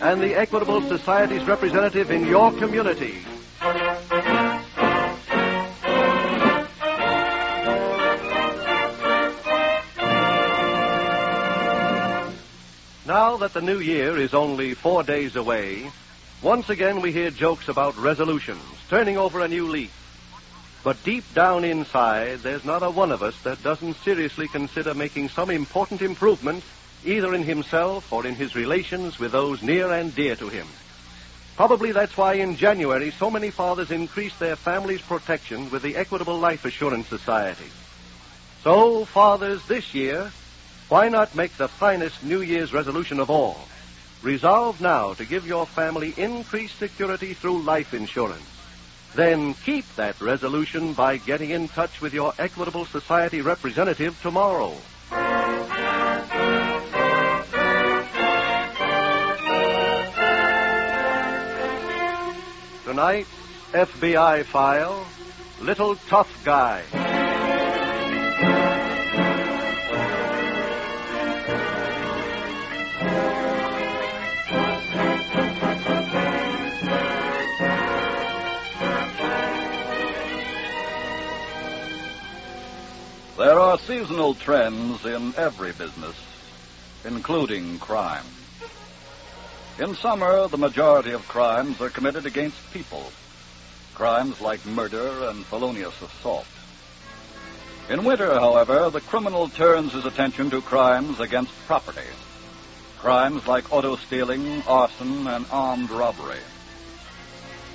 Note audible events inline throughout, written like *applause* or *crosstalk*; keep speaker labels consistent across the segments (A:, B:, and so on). A: and the Equitable Society's representative in your community. Now that the new year is only four days away, once again we hear jokes about resolutions, turning over a new leaf. But deep down inside, there's not a one of us that doesn't seriously consider making some important improvement, either in himself or in his relations with those near and dear to him. Probably that's why in January so many fathers increased their family's protection with the Equitable Life Assurance Society. So, fathers, this year, why not make the finest New Year's resolution of all? Resolve now to give your family increased security through life insurance. Then keep that resolution by getting in touch with your Equitable Society representative tomorrow. Tonight, FBI file Little Tough Guy.
B: There are seasonal trends in every business, including crime. In summer, the majority of crimes are committed against people. Crimes like murder and felonious assault. In winter, however, the criminal turns his attention to crimes against property. Crimes like auto stealing, arson, and armed robbery.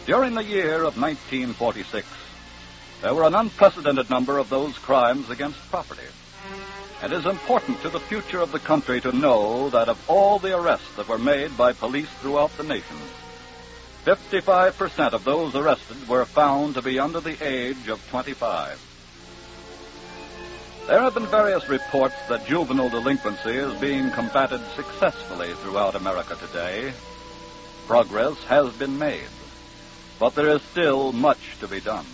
B: During the year of 1946, there were an unprecedented number of those crimes against property. It is important to the future of the country to know that of all the arrests that were made by police throughout the nation, 55% of those arrested were found to be under the age of 25. There have been various reports that juvenile delinquency is being combated successfully throughout America today. Progress has been made, but there is still much to be done.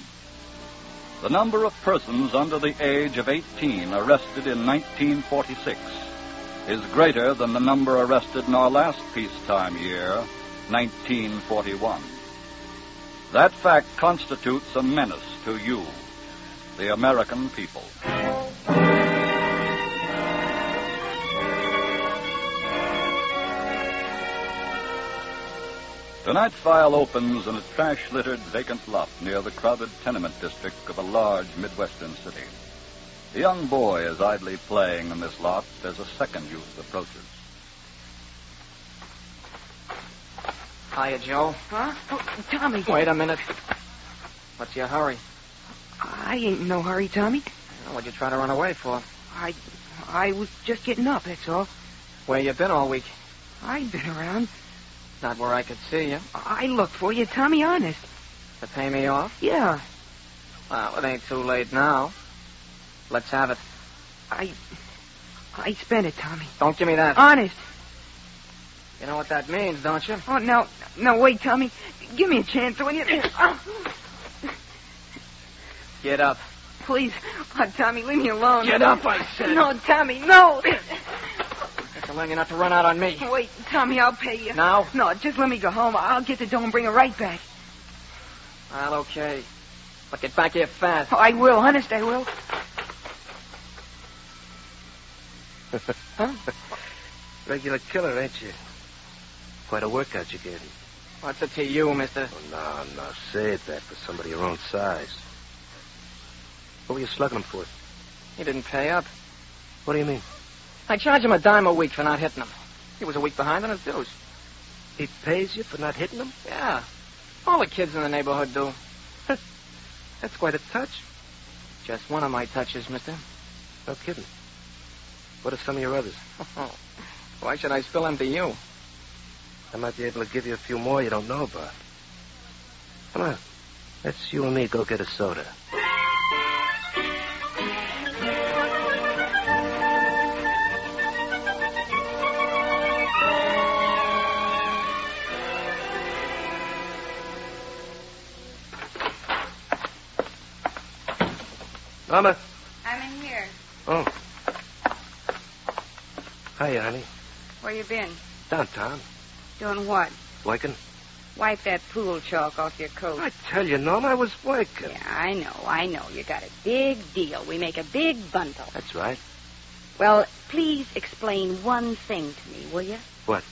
B: The number of persons under the age of 18 arrested in 1946 is greater than the number arrested in our last peacetime year, 1941. That fact constitutes a menace to you, the American people. Tonight's file opens in a trash littered vacant lot near the crowded tenement district of a large Midwestern city. A young boy is idly playing in this lot as a second youth approaches.
C: Hiya, Joe.
D: Huh? Oh, Tommy.
C: Wait a minute. What's your hurry?
D: I ain't in no hurry, Tommy.
C: What'd you try to run away for?
D: I I was just getting up, that's all.
C: Where you been all week?
D: I've been around.
C: Not where I could see you.
D: I looked for you, Tommy, honest.
C: To pay me off?
D: Yeah.
C: Well, it ain't too late now. Let's have it.
D: I I spent it, Tommy.
C: Don't give me that.
D: Honest.
C: You know what that means, don't you?
D: Oh no no wait, Tommy. Give me a chance, will you? Ah,
C: Get up.
D: please. Oh, Tommy, leave me alone.
C: Get up, I said.
D: No, Tommy, no.
C: Just allow you not to run out on me.
D: wait, Tommy, I'll pay you.
C: Now?
D: No, just let me go home. I'll get the dough and bring it right back.
C: Well, okay. But get back here fast.
D: Oh, I will, honest, I will.
E: Regular killer, ain't you? Quite a workout you gave him.
C: What's it to you, mister?
E: Oh, no, no. Save that for somebody your own size. What were you slugging him for?
C: He didn't pay up.
E: What do you mean?
C: I charge him a dime a week for not hitting him. He was a week behind on his dues.
E: He pays you for not hitting him?
C: Yeah. All the kids in the neighborhood do. *laughs*
E: That's quite a touch.
C: Just one of my touches, mister.
E: No kidding. What are some of your others?
C: Why should I spill them to you?
E: I might be able to give you a few more you don't know about. Let's you and me go get a soda.
A: Mama.
F: I'm in here.
E: Oh. Hiya, honey.
F: Where you been?
E: Downtown.
F: Doing what?
E: Working?
F: Wipe that pool chalk off your coat.
E: I tell you, Norma, I was working.
F: Yeah, I know, I know. You got a big deal. We make a big bundle.
E: That's right.
F: Well, please explain one thing to me, will you?
E: What?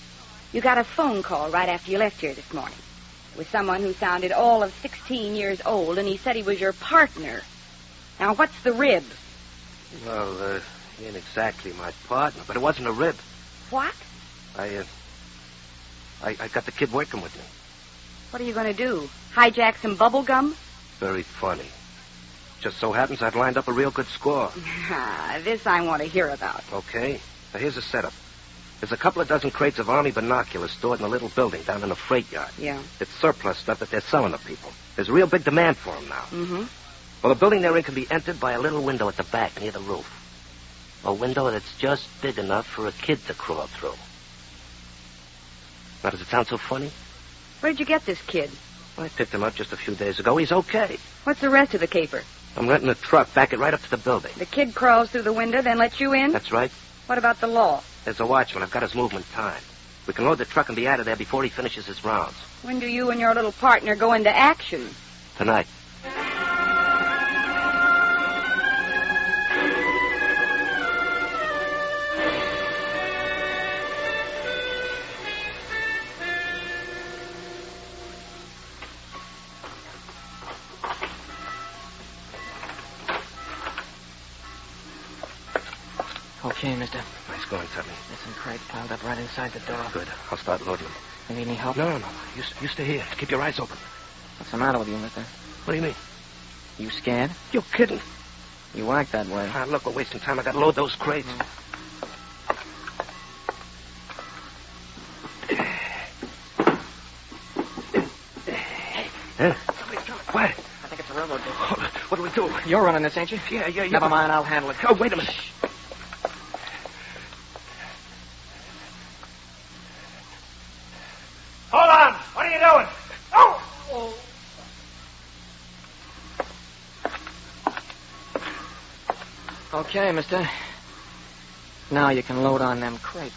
F: You got a phone call right after you left here this morning. It was someone who sounded all of 16 years old, and he said he was your partner. Now, what's the rib?
E: Well, uh, he ain't exactly my partner, but it wasn't a rib.
F: What?
E: I, uh, I, I got the kid working with me.
F: What are you going to do? Hijack some bubble gum? *laughs*
E: Very funny. Just so happens I've lined up a real good score.
F: Ah, this I want to hear about.
E: Okay. Now, here's the setup. There's a couple of dozen crates of army binoculars stored in a little building down in a freight yard.
F: Yeah.
E: It's surplus stuff that they're selling to people. There's a real big demand for 'em now.
F: Mm-hmm.
E: Well, the building they're in can be entered by a little window at the back near the roof. A window that's just big enough for a kid to crawl through. Now, does it sound so funny?
F: Where'd you get this kid?
E: I picked him up just a few days ago. He's okay.
F: What's the rest of the caper?
E: I'm renting a truck, back it right up to the building.
F: The kid crawls through the window, then lets you in?
E: That's right.
F: What about the law?
E: There's a watchman. I've got his movement time. We can load the truck and be out of there before he finishes his rounds.
F: When do you and your little partner go into action?
E: Tonight.
C: Okay, mister.
E: Nice going, Tubby.
C: There's some crates piled up right inside the door.
E: Good. I'll start loading them.
C: You need any help?
E: No, no, no. You, s- you stay here. Keep your eyes open.
C: What's the matter with you, mister?
E: What do you mean?
C: You scared?
E: You're kidding.
C: You act that way.
E: Ah, look, we're wasting time. I gotta load those crates. Huh? Eh? What?
C: I think it's a railroad business.
E: What do we do?
C: You're running this, ain't you?
E: Yeah, yeah, yeah.
C: Never mind, I'll handle it.
E: Oh, wait a minute.
G: Hold on. What are you doing? Oh!
C: Okay, mister. Now you can load on them crates.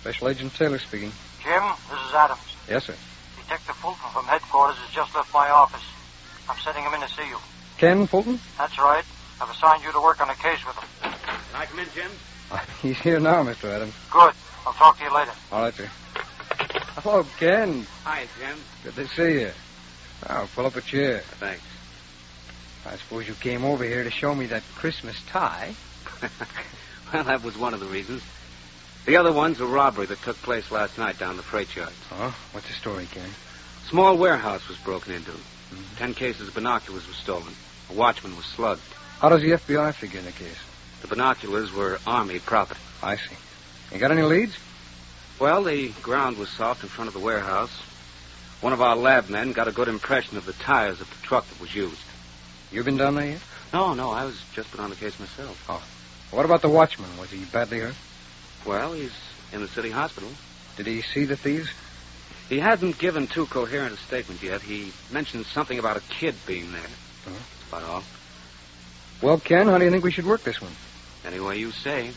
H: Special Agent Taylor speaking.
I: Jim, this is Adams.
H: Yes, sir.
I: Detective Fulton from headquarters has just left my office. I'm sending him in to see you.
H: Ken Fulton?
I: That's right. I've assigned you to work on a case with him.
G: Can I come in, Jim?
H: Uh, He's here now, Mr. Adams.
I: Good. I'll talk to you later.
H: All right, sir. Hello, Ken.
G: Hi, Jim.
H: Good to see you. Oh, pull up a chair.
G: Thanks.
H: I suppose you came over here to show me that Christmas tie.
G: well, that was one of the reasons. The other one's a robbery that took place last night down the freight yard.
H: Oh, what's the story, Ken?
G: Small warehouse was broken into. Ten cases of binoculars were stolen. A watchman was slugged.
H: How does the FBI figure in the case?
G: The binoculars were Army property.
H: I see. You got any leads?
G: Well, the ground was soft in front of the warehouse. One of our lab men got a good impression of the tires of the truck that was used.
H: You been down there yet?
G: No, no, I was just been on the case myself.
H: What about the watchman? Was he badly hurt?
G: Well, he's in the city hospital.
H: Did he see the thieves?
G: He hasn't given too coherent a statement yet. He mentioned something about a kid being there.
H: Huh?
G: That's about all.
H: Well, Ken, how do you think we should work this one?
G: Any way you say.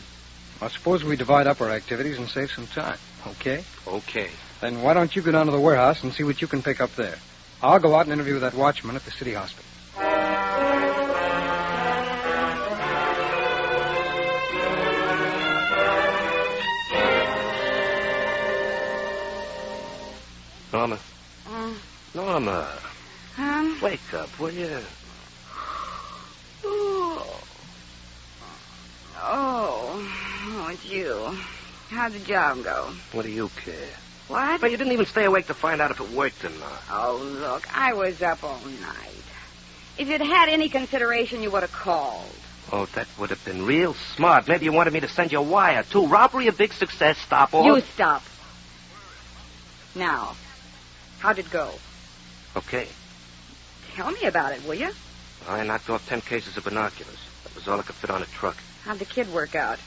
H: I suppose we divide up our activities and save some time. Okay.
G: Okay.
H: Then why don't you go down to the warehouse and see what you can pick up there? I'll go out and interview that watchman at the city hospital.
E: Norma.
F: Mm.
E: Norma.
F: Um,
E: Wake up, will you?
F: oh. oh, oh, it's you. How'd the job go?
E: What do you care?
F: What?
E: Well, you didn't even stay awake to find out if it worked or not.
F: Oh, look, I was up all night. If you'd had any consideration, you would have called.
E: Oh, that would have been real smart. Maybe you wanted me to send you a wire, too. Robbery, a big success. Stop all.
F: You stop. Now, how'd it go?
E: Okay.
F: Tell me about it, will you?
E: I knocked off ten cases of binoculars. That was all I could fit on a truck.
F: How'd the kid work out?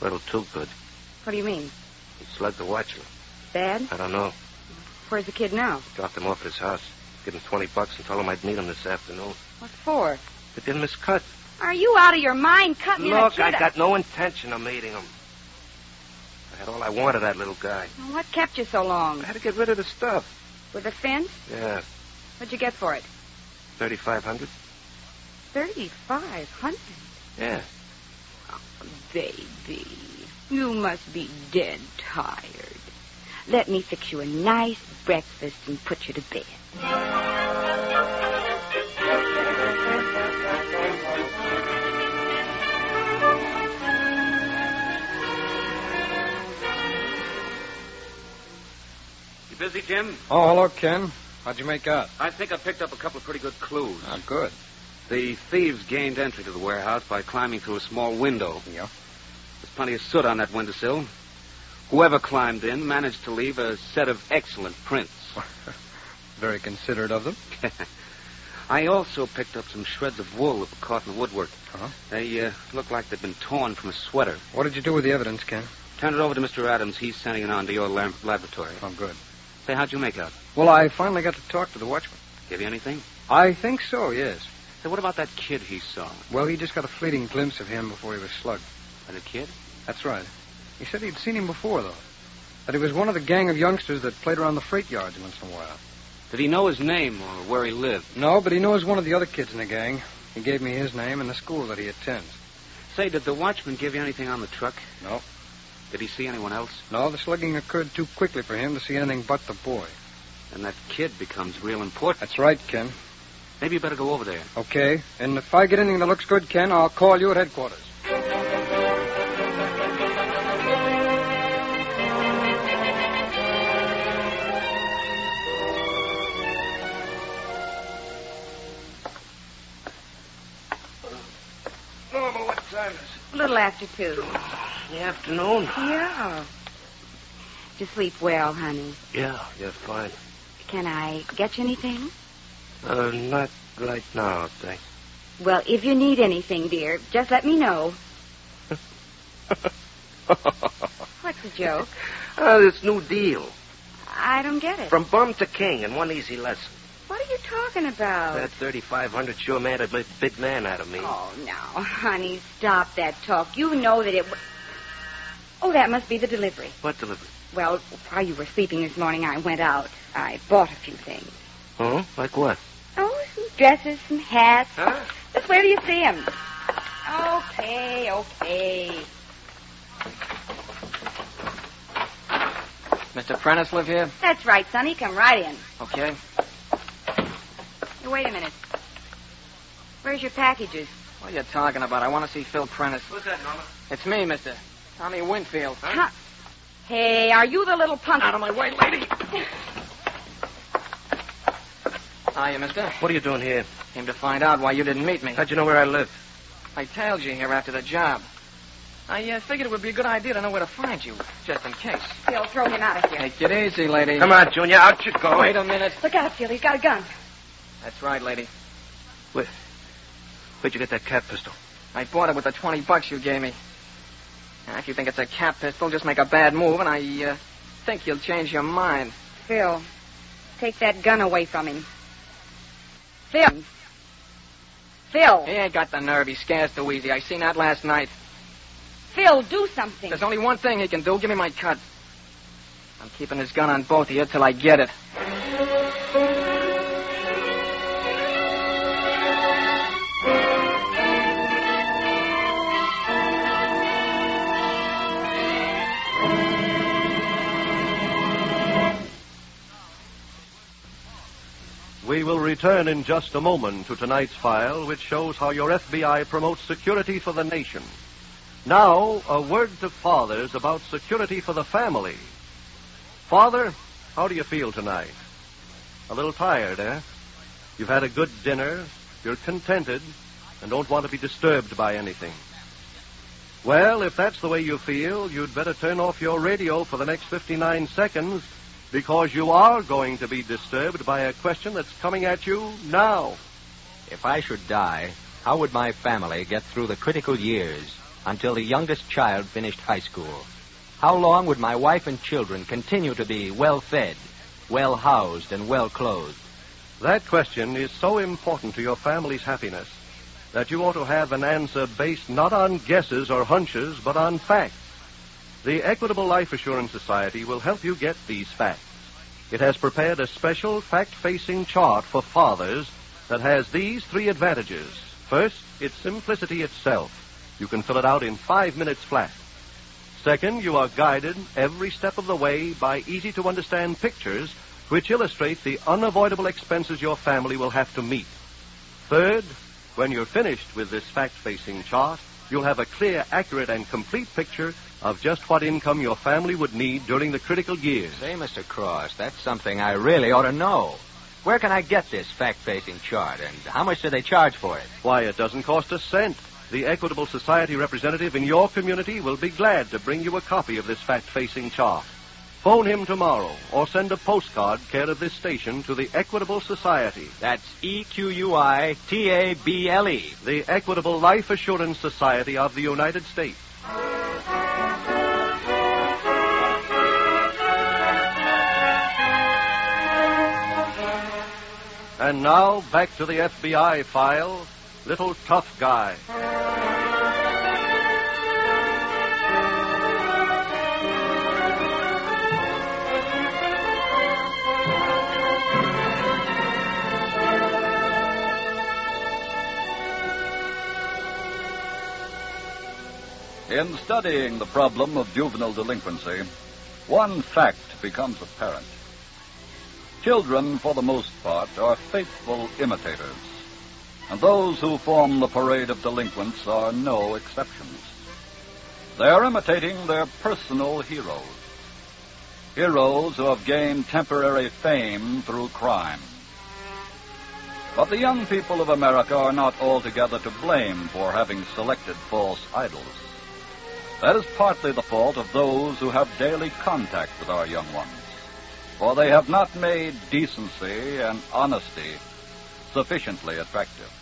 E: Little too good.
F: What do you mean?
E: He slugged the watchman.
F: Bad?
E: I don't know.
F: Where's the kid now?
E: Dropped him off at his house. Give him 20 bucks and told him I'd meet him this afternoon.
F: What for?
E: But then Miss Cut.
F: Are you out of your mind cutting that
E: Look,
F: kid
E: I
F: up?
E: got no intention of meeting him. I had all I wanted, that little guy.
F: What kept you so long?
E: I had to get rid of the stuff.
F: With the fence?
E: Yeah,
F: What'd you get for it?
E: 3500
F: Thirty-five hundred.
E: Yeah.
F: Baby, you must be dead tired. Let me fix you a nice breakfast and put you to bed.
G: You busy, Jim?
H: Oh, hello, Ken. How'd you make out?
G: I think I picked up a couple of pretty good clues.
H: Ah, good.
G: The thieves gained entry to the warehouse by climbing through a small window.
H: Yeah.
G: There's plenty of soot on that windowsill. Whoever climbed in managed to leave a set of excellent prints.
H: Very considerate of them.
G: *laughs* I also picked up some shreds of wool that were caught in the woodwork.
H: Uh-huh.
G: They uh, look like they've been torn from a sweater.
H: What did you do with the evidence, Ken?
G: Turn it over to Mr. Adams. He's sending it on to your lab- laboratory.
H: Oh, good.
G: Say, how'd you make out?
H: Well, I finally got to talk to the watchman.
G: Give you anything?
H: I think so, yes.
G: Say, what about that kid he saw?
H: Well, he just got a fleeting glimpse of him before he was slugged.
G: That a kid?
H: That's right. He said he'd seen him before, though. That he was one of the gang of youngsters that played around the freight yards once in a while.
G: Did he know his name or where he lived?
H: No, but he knows one of the other kids in the gang. He gave me his name and the school that he attends.
G: Say, did the watchman give you anything on the truck?
H: No.
G: Did he see anyone else?
H: No, the slugging occurred too quickly for him to see anything but the boy.
G: And that kid becomes real important.
H: That's right, Ken.
G: Maybe you better go over there.
H: Okay. And if I get anything that looks good, Ken, I'll call you at headquarters.
E: Norma, what time is
F: A little after two.
E: it? The afternoon.
F: Yeah. Did you sleep well, honey?
E: Yeah, yeah, fine.
F: Can I get you anything?
E: Uh, not right now,
H: *laughs*
E: thanks.
F: Well, if you need anything, dear, just let me know. What's the joke?
E: Oh, Ah, this new deal.
F: I don't get it.
E: From bum to king in one easy lesson.
F: What are you talking about?
E: That 3500 sure made a big, big man out of me.
F: Oh, now, honey, stop that talk. You know that it. W- oh, that must be the delivery.
E: What delivery?
F: Well, while you were sleeping this morning, I went out. I bought a few things.
E: Huh? Like what?
F: Oh, some dresses, some hats.
E: Huh?
F: Just where do you see 'em? Okay, okay.
C: Mr. Prentice live here?
F: That's right, Sonny. Come right in.
C: Okay.
F: Hey, Wait a minute. Where's your packages?
C: What are you talking about? I want to see Phil Prentice.
E: Who's that, Norma?
C: It's me, Mr. Tommy Winfield.
F: Huh? Hey, are you the little punk?
C: Out of my way, lady. Hiya, mister.
E: What are you doing here?
C: Came to find out why you didn't meet
F: Mm.
C: me.
E: How'd you know where I lived?
C: I tailed you here after the job. I uh, figured it would be a good idea to know where to find you, just in case.
F: Phil, throw him out of here.
C: Take it easy, lady. Oh,
E: Come on, Junior, out you go.
C: Wait a minute.
F: Look out, Phil. He's got a gun.
C: That's right, lady.
E: Where, where'd you get that cat pistol?
C: I bought it with the 20 bucks you gave me. Now, if you think it's a cap pistol, just make a bad move, and I uh, think you'll change your mind.
F: Phil, take that gun away from him. Phil. Phil.
C: He ain't got the nerve. He scares too easy. I seen that last night.
F: Phil, do something.
C: There's only one thing he can do. Give me my cut. I'm keeping this gun on both of you till I get it.
A: We will return in just a moment to tonight's file, which shows how your FBI promotes security for the nation. Now, a word to fathers about security for the family. Father, how do you feel tonight? A little tired, eh? You've had a good dinner, You're contented and don't want to be disturbed by anything. Well, if that's the way you feel, you'd better turn off your radio for the next 59 seconds because you are going to be disturbed by a question that's coming at you now.
J: If I should die, how would my family get through the critical years until the youngest child finished high school? How long would my wife and children continue to be well fed, well housed, and well clothed?
A: That question is so important to your family's happiness that you ought to have an answer based not on guesses or hunches, but on facts. The Equitable Life Assurance Society will help you get these facts. It has prepared a special fact facing chart for fathers that has these three advantages. First, its simplicity itself. You can fill it out in five minutes flat. Second, you are guided every step of the way by easy to understand pictures which illustrate the unavoidable expenses your family will have to meet. Third, when you're finished with this fact facing chart, you'll have a clear, accurate, and complete picture of just what income your family would need during the critical years.
J: Say, Mr. Cross, that's something I really ought to know. Where can I get this fact facing chart, and how much do they charge for it?
A: Why, it doesn't cost a cent. The Equitable Society representative in your community will be glad to bring you a copy of this fact facing chart. Phone him tomorrow or send a postcard care of this station to the Equitable Society.
J: That's E Q U I T A B L E.
A: The Equitable Life Assurance Society of the United States. And now, back to the FBI file Little Tough Guy.
B: In studying the problem of juvenile delinquency, one fact becomes apparent. Children, for the most part, are faithful imitators, and those who form the parade of delinquents are no exceptions. They are imitating their personal heroes, heroes who have gained temporary fame through crime. But the young people of America are not altogether to blame for having selected false idols. That is partly the fault of those who have daily contact with our young ones, for they have not made decency and honesty sufficiently attractive.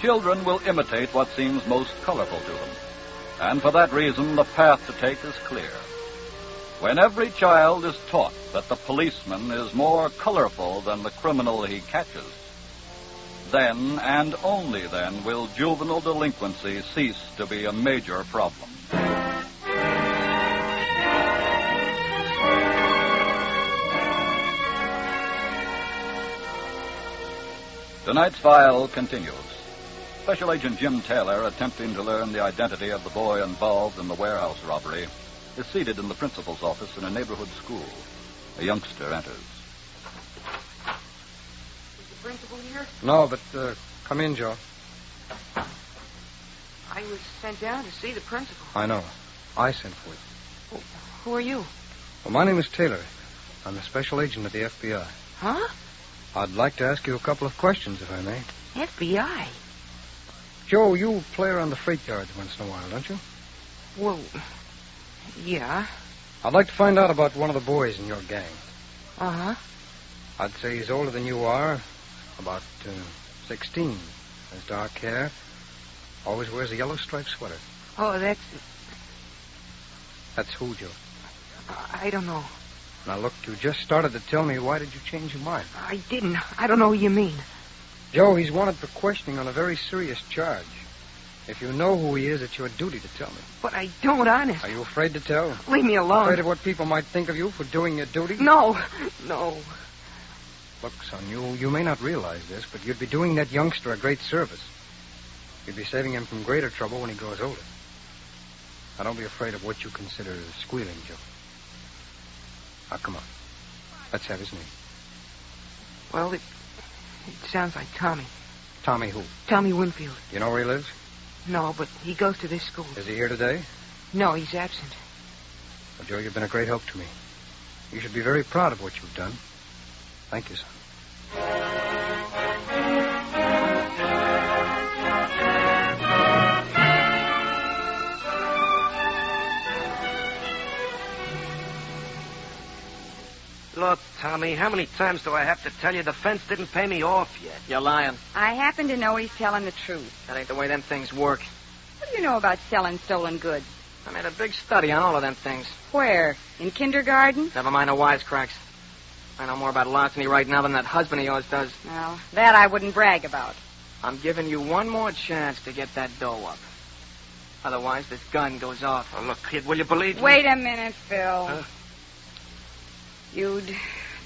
B: Children will imitate what seems most colorful to them, and for that reason the path to take is clear. When every child is taught that the policeman is more colorful than the criminal he catches, then and only then will juvenile delinquency cease to be a major problem. Tonight's file continues. Special Agent Jim Taylor, attempting to learn the identity of the boy involved in the warehouse robbery, is seated in the principal's office in a neighborhood school. A youngster enters.
K: principal here?
H: No, but uh, come in, Joe.
K: I was sent down to see the principal.
H: I know. I sent for you.
K: Who are you?
H: Well, my name is Taylor. I'm a special agent at the FBI.
K: Huh?
H: I'd like to ask you a couple of questions, if I may.
K: FBI.
H: Joe, you play around the freight yards once in a while, don't you?
K: Well, yeah.
H: I'd like to find out about one of the boys in your gang.
K: Uh huh.
H: I'd say he's older than you are, about uh, 16. Has dark hair. Always wears a yellow striped sweater.
K: Oh, that's.
H: That's who, Joe.
K: I don't know.
H: Now, look, you just started to tell me why did you change your mind?
K: I didn't. I don't know who you mean.
H: Joe, he's wanted for questioning on a very serious charge. If you know who he is, it's your duty to tell me.
K: But I don't, honest.
H: Are you afraid to tell?
K: Leave me alone.
H: Afraid of what people might think of you for doing your duty?
K: No. No.
H: Look, son, you, you may not realize this, but you'd be doing that youngster a great service. You'd be saving him from greater trouble when he grows older. Now, don't be afraid of what you consider squealing, Joe. Now, come on. Let's have his name.
K: Well, it, it sounds like Tommy.
H: Tommy who?
K: Tommy Winfield.
H: You know where he lives?
K: No, but he goes to this school.
H: Is he here today?
K: No, he's absent.
H: Well, Joe, you've been a great help to me. You should be very proud of what you've done. Thank you, son.
L: Tommy, how many times do I have to tell you the fence didn't pay me off yet?
C: You're lying.
F: I happen to know he's telling the truth.
C: That ain't the way them things work.
F: What do you know about selling stolen goods?
C: I made a big study on all of them things.
F: Where? In kindergarten?
C: Never mind the wisecracks. I know more about larceny right now than that husband of yours does.
F: Well, that I wouldn't brag about.
C: I'm giving you one more chance to get that dough up. Otherwise, this gun goes off.
L: Oh, look, kid, will you believe me?
F: Wait a minute, Phil. You'd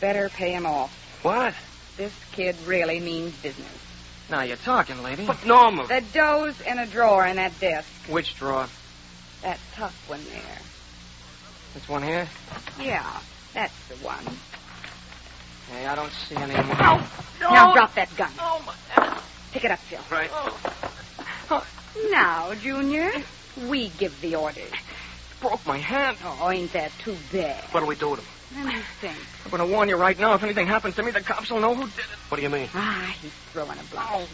F: better pay him off.
L: What?
F: This kid really means business.
C: Now you're talking, lady.
L: But
E: Oh.
L: Norma,
F: The dough's in a drawer in that desk.
C: Which drawer?
F: That tough one there.
C: This one here?
F: Yeah, that's the one.
C: Hey, I don't see any more.
F: Now drop that gun. Oh, my. Pick it up, Phil. Oh,
L: Right.
F: Now, Junior, we give the orders.
C: Broke my hand.
F: Oh, ain't that too bad?
L: what do we do with him?
F: Let me think.
C: I'm going to warn you right now. If anything happens to me, the cops will know who did it.
L: What do you mean?
F: Ah, he's throwing a blow.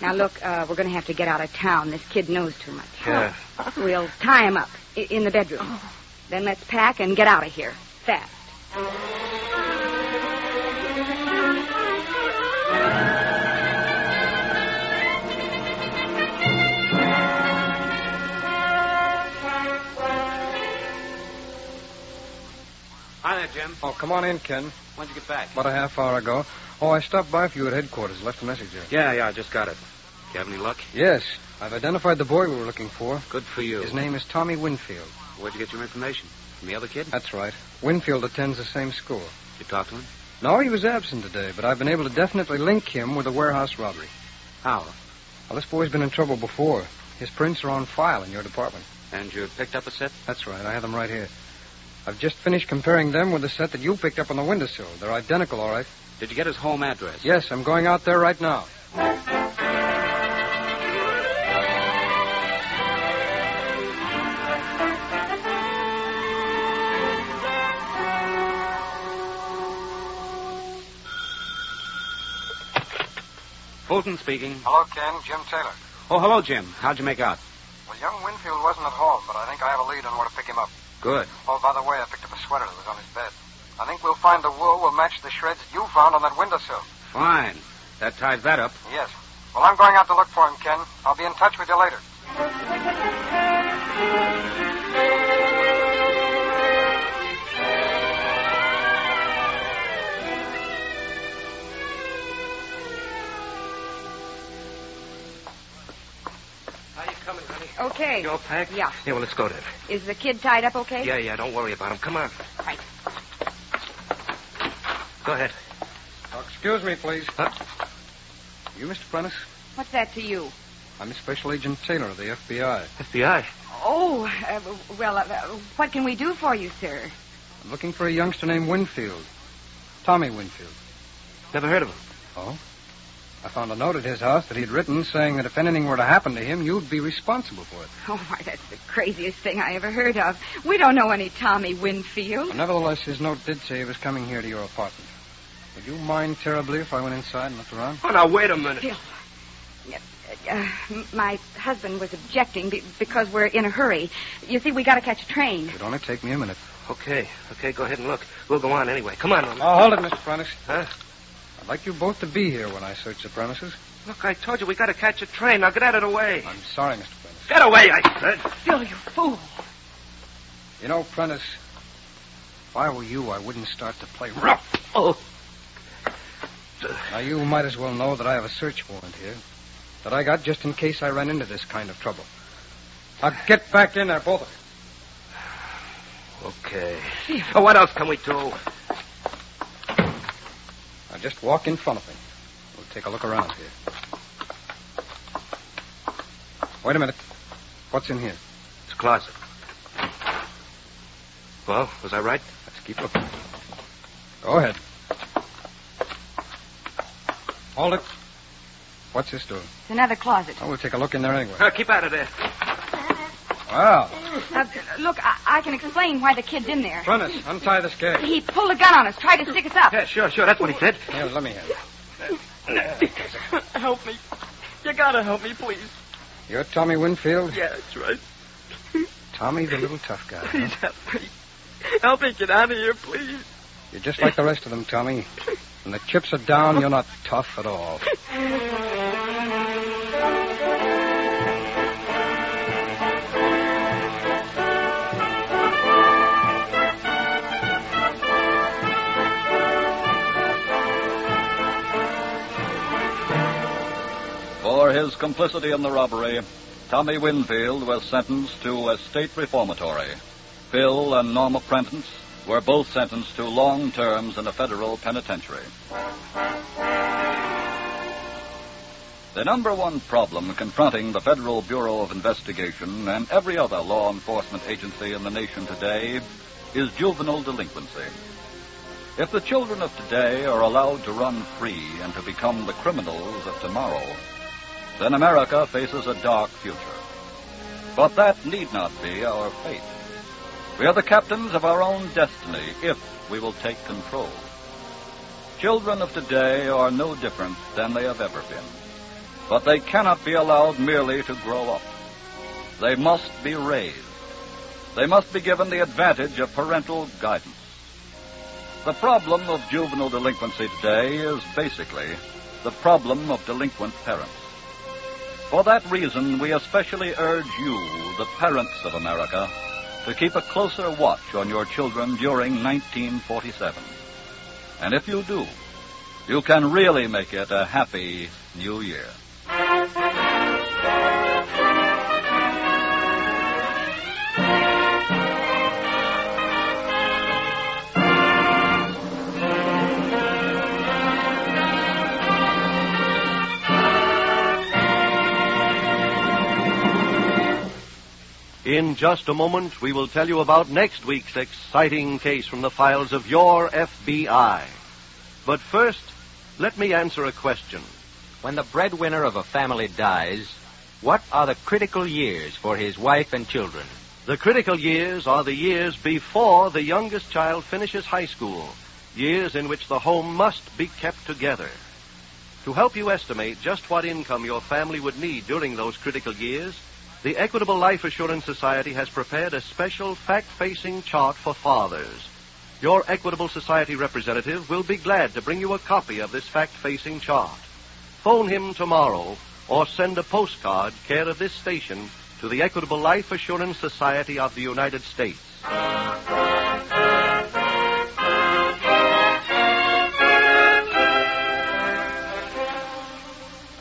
F: Now, look, uh, we're going to have to get out of town. This kid knows too much.
L: Yeah.
F: We'll tie him up i- in the bedroom. Then let's pack and get out of here. Fast.
G: Hi there, Jim.
H: Oh, come on in, Ken.
G: When'd you get back?
H: About a half hour ago. Oh, I stopped by for you at headquarters. Left a message there.
G: Yeah, yeah, I just got it. You have any luck?
H: Yes. I've identified the boy we were looking for.
G: Good for you.
H: His name is Tommy Winfield.
G: Where'd you get your information? From the other kid?
H: That's right. Winfield attends the same school.
G: You talk to him?
H: No, he was absent today, but I've been able to definitely link him with a warehouse robbery.
G: How?
H: Well, this boy's been in trouble before. His prints are on file in your department.
G: And you picked up a set?
H: That's right. I have them right here. I've just finished comparing them with the set that you picked up on the windowsill. They're identical, all right.
G: Did you get his home address?
H: Yes, I'm going out there right now.
G: Fulton speaking.
I: Hello, Ken. Jim Taylor.
G: Oh, hello, Jim. How'd you make out?
I: Well, young Winfield wasn't at home, but I think I have a lead on where to pick him up.
G: Good.
I: Oh, by the way, I picked up a sweater that was on his bed. I think we'll find the wool will match the shreds you found on that windowsill.
G: Fine. That ties that up.
I: Yes. Well, I'm going out to look for him, Ken. I'll be in touch with you later.
L: How you coming, honey?
F: Okay.
L: You all packed?
F: Yeah.
L: Yeah, well, let's go, Dave.
F: Is the kid tied up okay?
L: Yeah, yeah, don't worry about him. Come on.
F: Right.
L: Go ahead.
H: Oh, excuse me, please.
L: Huh?
H: You, Mr. Prentice?
F: What's that to you?
H: I'm Special Agent Taylor of the FBI.
L: FBI.
F: Oh, uh, well, uh, what can we do for you, sir?
H: I'm looking for a youngster named Winfield. Tommy Winfield.
L: Never heard of him.
H: Oh? I found a note at his house that he'd written saying that if anything were to happen to him, you'd be responsible for it.
F: Oh, why, that's the craziest thing I ever heard of. We don't know any Tommy Winfield.
H: But nevertheless, his note did say he was coming here to your apartment. Would you mind terribly if I went inside and looked around?
L: Oh, now, wait a minute.
F: Phil. Uh, uh, m- my husband was objecting be- because we're in a hurry. You see, we got to catch a train.
H: It'd only take me a minute.
L: Okay, okay, go ahead and look. We'll go on anyway. Come on, Norma.
H: Oh, hold it, Mr. Prentice.
L: Huh?
H: I'd like you both to be here when I search the premises.
L: Look, I told you we gotta catch a train. Now get out of the way.
H: I'm sorry, Mr. Prentice.
L: Get away, I said.
F: Phil, you fool.
H: You know, Prentice, if I were you, I wouldn't start to play rough.
L: Oh.
H: Now, you might as well know that I have a search warrant here that I got just in case I ran into this kind of trouble. Now, get back in there, both of you.
L: Okay. Oh, what else can we do?
H: Now, just walk in front of me. We'll take a look around here. Wait a minute. What's in here?
L: It's a closet. Well, was I right?
H: Let's keep looking. Go ahead. Hold it. What's this door?
F: It's another closet.
H: Oh, we'll take a look in there anyway.
L: Now, Uh, keep out of there.
H: Wow.
F: Uh, look, I-, I can explain why the kid's in there.
H: Prentice, untie this gag.
F: He pulled a gun on us, tried to stick us up.
L: Yeah, sure, sure. That's what he said.
H: Here, let me have it.
C: help me. You gotta help me, please.
H: You're Tommy Winfield?
C: Yeah, that's right.
H: Tommy, the little tough guy. huh?
C: Please help me. Help me get out of here, please.
H: You're just like the rest of them, Tommy. When the chips are down, you're not tough at all.
B: For his complicity in the robbery, Tommy Winfield was sentenced to a state reformatory. Bill and Norma Prentice were both sentenced to long terms in a federal penitentiary. The number one problem confronting the Federal Bureau of Investigation and every other law enforcement agency in the nation today is juvenile delinquency. If the children of today are allowed to run free and to become the criminals of tomorrow, then America faces a dark future. But that need not be our fate. We are the captains of our own destiny if we will take control. Children of today are no different than they have ever been. But they cannot be allowed merely to grow up. They must be raised. They must be given the advantage of parental guidance. The problem of juvenile delinquency today is basically the problem of delinquent parents. For that reason, we especially urge you, the parents of America, to keep a closer watch on your children during 1947. And if you do, you can really make it a happy new year.
A: In just a moment, we will tell you about next week's exciting case from the files of your FBI. But first, let me answer a question.
J: When the breadwinner of a family dies, what are the critical years for his wife and children?
A: The critical years are the years before the youngest child finishes high school, years in which the home must be kept together. To help you estimate just what income your family would need during those critical years, the Equitable Life Assurance Society has prepared a special fact-facing chart for fathers. Your Equitable Society representative will be glad to bring you a copy of this fact-facing chart. Phone him tomorrow or send a postcard care of this station to the Equitable Life Assurance Society of the United States.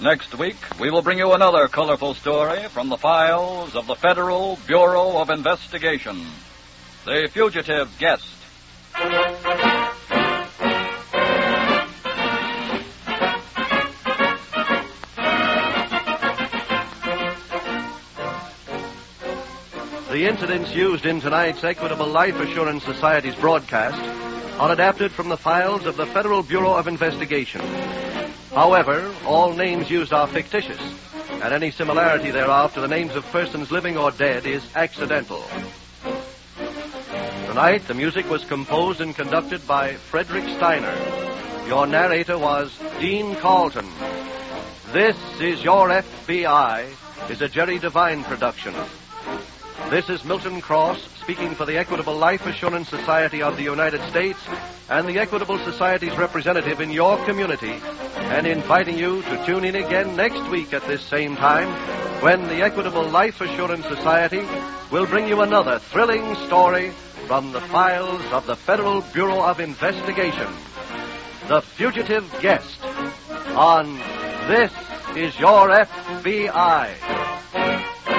B: Next week, we will bring you another colorful story from the files of the Federal Bureau of Investigation The Fugitive Guest.
A: The incidents used in tonight's Equitable Life Assurance Society's broadcast are adapted from the files of the Federal Bureau of Investigation. However, all names used are fictitious, and any similarity thereof to the names of persons living or dead is accidental. Tonight, the music was composed and conducted by Frederick Steiner. Your narrator was Dean Carlton. This is Your FBI is a Jerry Devine production. This is Milton Cross speaking for the Equitable Life Assurance Society of the United States and the Equitable Society's representative in your community, and inviting you to tune in again next week at this same time when the Equitable Life Assurance Society will bring you another thrilling story from the files of the Federal Bureau of Investigation The Fugitive Guest on This Is Your FBI.